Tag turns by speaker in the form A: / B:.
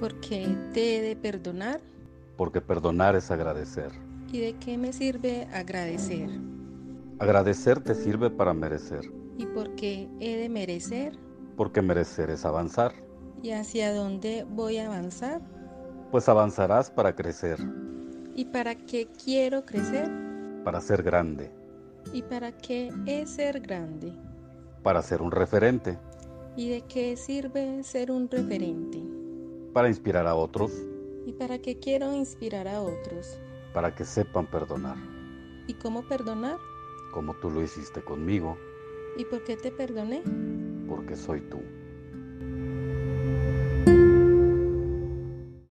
A: porque te he de perdonar
B: porque perdonar es agradecer.
A: y de qué me sirve agradecer
B: Agradecer te sirve para merecer,
A: y porque he de merecer
B: porque merecer es avanzar,
A: y hacia dónde voy a avanzar
B: pues avanzarás para crecer,
A: y para qué quiero crecer
B: para ser grande,
A: y para qué es ser grande
B: para ser un referente,
A: y de qué sirve ser un referente
B: para inspirar a otros,
A: y para qué quiero inspirar a otros
B: para que sepan perdonar,
A: y cómo perdonar
B: como tú lo hiciste conmigo,
A: y por qué te perdoné
B: porque soy tú.